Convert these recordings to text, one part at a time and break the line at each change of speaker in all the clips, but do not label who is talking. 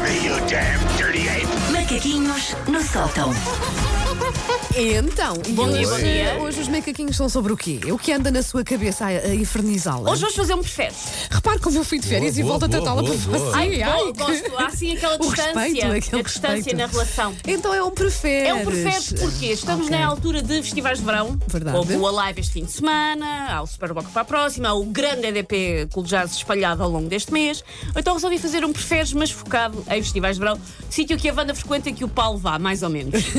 me, you damn dirty ape!
Macaquinhos no sótão.
Então, e
Bom dia,
hoje,
bom dia.
hoje os macaquinhos são sobre o quê? O que anda na sua cabeça a, a infernizá-la?
Hoje vamos fazer um prefere.
Repare como eu fui de férias
Boa,
e volto a
boa,
tratá-la por
boa, boa,
você.
boa.
Ai, bom,
que-
gosto. Há assim aquela
O
distância.
respeito,
a
aquele
distância
respeito.
na relação.
Então é um preferes.
É um prefere porque estamos
Ok.
na altura de festivais de verão.
Verdade.
Houve o Alive este fim de semana, há o Superboc para a próxima, há o grande EDP Cool Jazz espalhado ao longo deste mês. Então resolvi fazer um preferes, mas focado em festivais de verão. Sítio que a Wanda frequenta e que o Paulo vá, mais ou menos.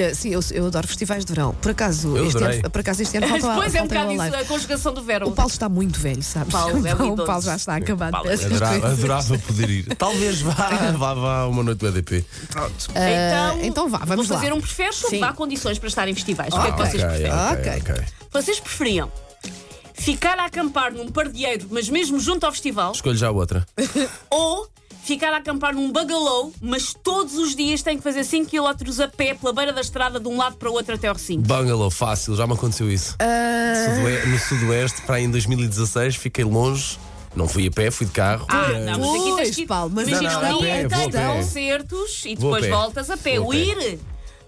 Então Olha, sim, eu, eu adoro festivais de verão. Por acaso,
Eu
este
adorei.
ano, por acaso este ano falta
Depois é um
falta
bocado isso,
live.
a conjugação do verbo.
O Paulo está muito velho, sabes? Então,
Paulo é um
o
idoso.
Paulo já está acabado.
Paulo é
peço
idoso.
Adorava,
desculpa.
adorava poder ir. Talvez vá, vá, vá uma noite do EDP.
Ah,
Então,
então vá, vamos
vou
lá.
fazer um prefere,
Sim.
porque há condições para estar em festivais. o que é que
Ah,
Ok.
vocês preferem?
Ok.
ok.
Vocês preferiam ficar a acampar num pardieiro, mas mesmo junto ao festival,
Escolho já outra.
ou ficar a acampar num bagalou, mas todos os dias têm que fazer 5 km a pé pela beira da estrada de um lado para o outro até ao recinto?
Bungalow, fácil, já me aconteceu isso.
Ah.
Sudoe- no Sudoeste, para aí em 2016, fiquei longe, não fui a pé, fui de carro.
Ah,
mas-
não, mas aqui
Pois,
tens que ir-
Paulo, mas
imagina,
não, não,
um
não,
dia
é,
inteiro
vou a pé.
concertos e
Vou a
depois
pé.
voltas a pé.
Vou
O
a pé.
ir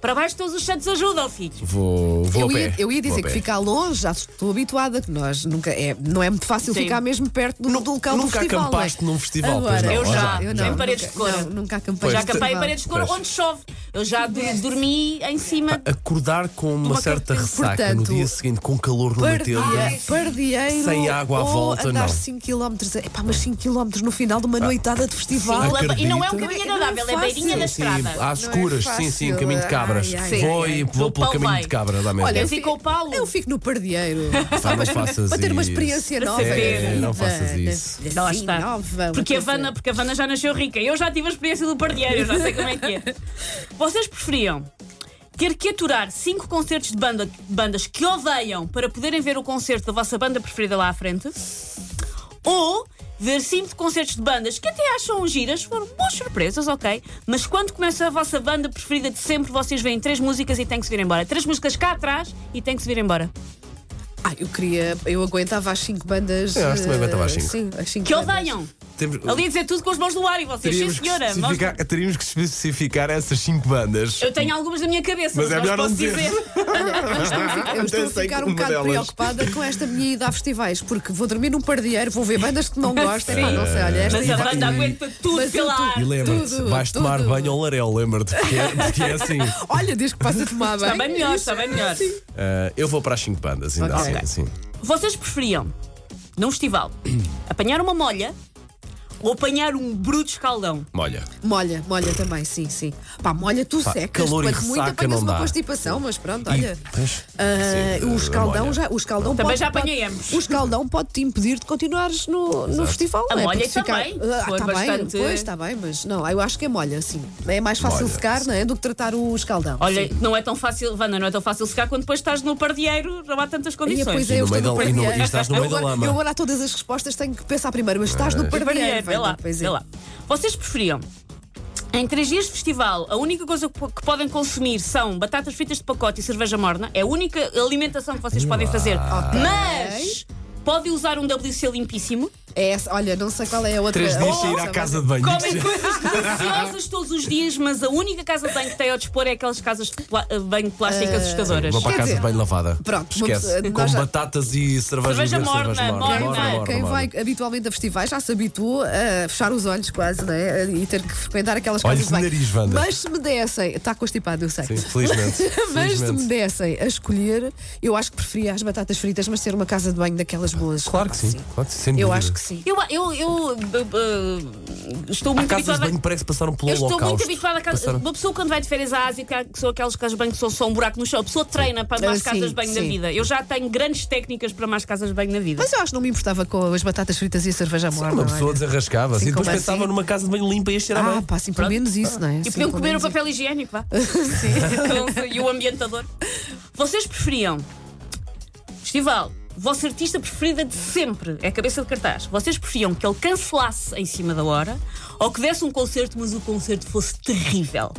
para baixo todos os santos ajuda, ó filho.
Vou, vou
Eu
a pé.
ia, eu ia dizer
Vou a
que
pé.
ficar longe, já estou habituada, que nós nunca é, não é muito fácil
Sim.
ficar mesmo perto do, do local do
nunca
festival. não é?
acampaste num festival, pois não,
Eu
ó,
já,
já,
em
já.
paredes de
nunca-
cor.
Não, nunca acampei.
Já
num
acampei em
festival.
paredes de cor
Pois.
onde chove. Eu já do- dormi em cima
Acordar com uma,
Uma
certa
cabeça-
ressaca no
Portanto,
dia seguinte, com calor no
Perdia-
batendo.
Perdieiro
Sem água à
ou
volta,
andar
não. Ah,
5 km, epá, mas 5 km no final de uma noitada de festival.
Sim, leva- e não é um
Acredito.
caminho
Não é- não é
agradável, é
fácil.
beirinha da
Sim,
estrada.
às
Não é
escuras, sim,
fácil,
sim, caminho de
ai,
cabras.
ai,
vou
ai.
e vou
O
pelo
Paulo
caminho
vai.
de cabra, dá mesmo.
Olha,
Eu fico com o Paulo.
Eu fico no pardieiro.
Pá, não faças
Para ter uma
isso.
experiência nova.
saber.
da
É, não
vida,
faças isso.
da-
Lá
assim,
está.
nova, uma
porque, a
coisa-
Vana, porque a Vana já nasceu rica. Eu já tive a experiência do pardieiro, eu já sei como é que é. Vocês preferiam ter que aturar cinco concertos de banda, bandas que odeiam para poderem ver o concerto da vossa banda preferida lá à frente? Ou ver cinco concertos de bandas que até acham giras, foram boas surpresas, ok? Mas quando começa a vossa banda preferida de sempre, vocês veem três músicas e têm que se vir embora. Três músicas cá atrás e têm que se vir embora.
Ah, eu queria. Eu aguentava as 5 bandas.
Eu acho que também
eh,
aguentava as cinco.
Sim, as 5
Que odeiam!
Temos-
Ali a dizer tudo com as mãos no ar e vocês, sim
Teríamos que,
senhora, mãos
especificar, teríamos que especificar essas cinco bandas.
Eu tenho algumas na minha cabeça, mas,
Mas é
não
melhor não
posso
dizer.
dizer.
Eu
Então,
estou a ficar um bocado preocupada com esta minha ida a festivais, porque vou dormir num pardieiro, vou ver bandas que não gosto, epá, não sei, olha, esta
Mas a
vai-
banda aguenta tudo
Mas eu
pela
tu-
ar.
E lembra-te,
Tudo,
vais tomar
tudo.
banho ao larel, lembra-te, porque, é, porque é assim.
Olha, desde que passa a tomar é
Está bem melhor, está bem melhor.
Ah, eu vou para as cinco bandas, ainda
Ok.
assim. assim.
Vocês preferiam, num festival, apanhar uma molha ou apanhar um bruto escaldão?
Olha,
Molha, molha também, sim, sim. Pá, molha, tu
Pá,
secas,
calor e
quanto muito
ressaca
apanhas
não
uma
dá.
constipação, mas pronto, olha.
pois,
Ah,
sim,
o
eh,
escaldão
molha.
já, o escaldão
Também
pode,
já
pode-
apanhei ambos.
O escaldão pode te impedir de continuares no, no festival.
A
não é?
molha
Porque se
também,
Ah,
foi
tá
bastante-
bem, pois está bem, mas não, eu acho que é molha, sim. É mais fácil
Molha,
secar, não é, do que tratar o escaldão.
Olha, não é tão fácil, Vanda, não é tão fácil secar quando depois estás no pardieiro, não há tantas
E
condições.
depois
E
é
no
eu estou
meio
no
da- e no-
pardieiro.
e estás no meio da
Eu agora-
lama.
Eu agora a todas as respostas tenho que pensar primeiro, mas estás no pardieiro.
Pardieiro, vê
vai,
lá,
não, pois é.
vê lá. Vocês preferiam, em três dias de festival, a única coisa que po- que podem consumir são batatas fritas de pacote e cerveja morna? É a única alimentação que vocês podem fazer. Mas podem usar um WC limpíssimo.
É essa, olha, não sei qual é a outra.
Três dias
a
sem ir
outra-
à casa de banho.
Comem coisas deliciosas todos os dias, mas a única casa de banho que tem ao dispor é aquelas casas de pla- banho de plástico assustadoras.
Vou para a
Quer
casa
dizer,
de banho lavada.
pronto, uma
esquece.
pessoa-
Com
nós já-
batatas e cerveja,
Cerveja
verde,
morna,
cerveja
morna.
Quem, vai,
morna,
quem
morna.
vai habitualmente a festivais já se habitua a fechar os olhos quase, não é? E ter que frequentar aquelas
Olhos
coisas.
de
bem.
nariz, Wanda.
Mas se me dessem, está constipado, eu sei.
Sim, felizmente.
Mas se me
felizmente.
dessem a escolher, eu acho que preferia as batatas fritas, mas ter uma casa de banho daquelas boas.
Claro que sim, claro que sim, sem
Eu
dúvida.
acho que sim.
Eu, eu, eu, b- b- estou
Há
muito
casas de
habituada.
banho que parece que passaram pelo
Eu estou
um holocausto.
muito habituada a casa.
Passaram-
Uma pessoa quando vai de férias à Ásia, que são aquelas casas de banho que são só um buraco no chão, a pessoa treina para mais
Ah,
casas
sim,
de banho na
sim.
vida. Eu já tenho grandes técnicas para mais casas de banho na vida.
Mas eu acho que não me importava com as batatas fritas e a cerveja morna.
Uma
olha.
pessoa desarrascava-se
Sim,
e depois
como
pensava
assim?
numa casa de banho limpa e ia cheirar
Ah,
bem.
pá, sim, pelo menos isso, não é?
E
Sim,
podiam
pelo
comer o
menos isso.
papel higiênico, vá. Com- e o ambientador. Vocês preferiam. Festival, vosso artista preferida de sempre é a cabeça de cartaz. Vocês preferiam que ele cancelasse em cima da hora ou que desse um concerto, mas o concerto fosse terrível?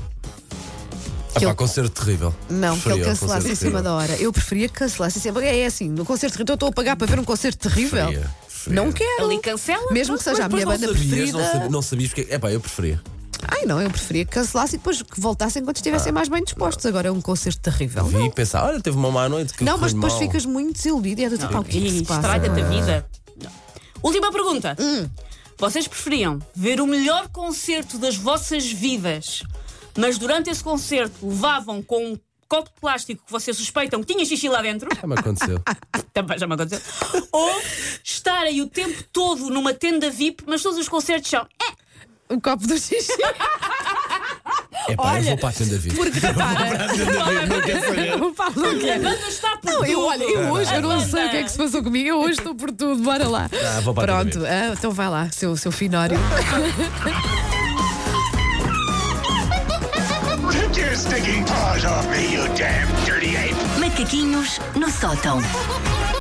Ah,
que
pá,
ele-
concerto terrível.
Não, que ele
Preferia um
cancelasse em
concerto
cima
terrível.
da hora. Eu preferia que cancelasse em cima. É assim, no concerto terrível, estou a pagar para ver um concerto terrível.
Preferia, preferia.
Não quero.
Ali cancela?
Mesmo que seja a minha
Mas
banda
não sabias,
preferida.
Não sabias, não sabias porque. É pá, eu preferia.
Ai não, eu preferia que cancelassem e depois que voltassem quando estivessem
Ah.
mais bem dispostos. Agora é um concerto terrível.
Vi e pensar, olha, teve uma má noite. Que
Não, mas
correu
depois
mal.
ficas muito desiludido e é do tipo, ah, o que é que se
E
passa? Hum.
estraga-te a vida. Não. Última pergunta. Vocês preferiam ver o melhor concerto das vossas vidas, mas durante esse concerto levavam com um copo de plástico que vocês suspeitam que tinha xixi lá dentro?
Já É, me aconteceu.
Também já me aconteceu. Ou estarem o tempo todo numa tenda VIP, mas todos os concertos são. "Eh,
Um copo do xixi.
É pá, eu
Olha,
vou para a tenda VIP.
Porque
tá, né?
repara,
Um
o Paulo não
"É, A
quer.
banda está por
Não, eu
tudo."
olha, eu hoje eu
A
não
banda-
sei o que é que se passou comigo, eu hoje estou por tudo, bora lá.
Ah, vou para a
Pronto,
TV.
ah, então vai lá, seu, seu finório.
Take your stinking paws off me, you damn dirty ape!
Macaquinhos no sótão.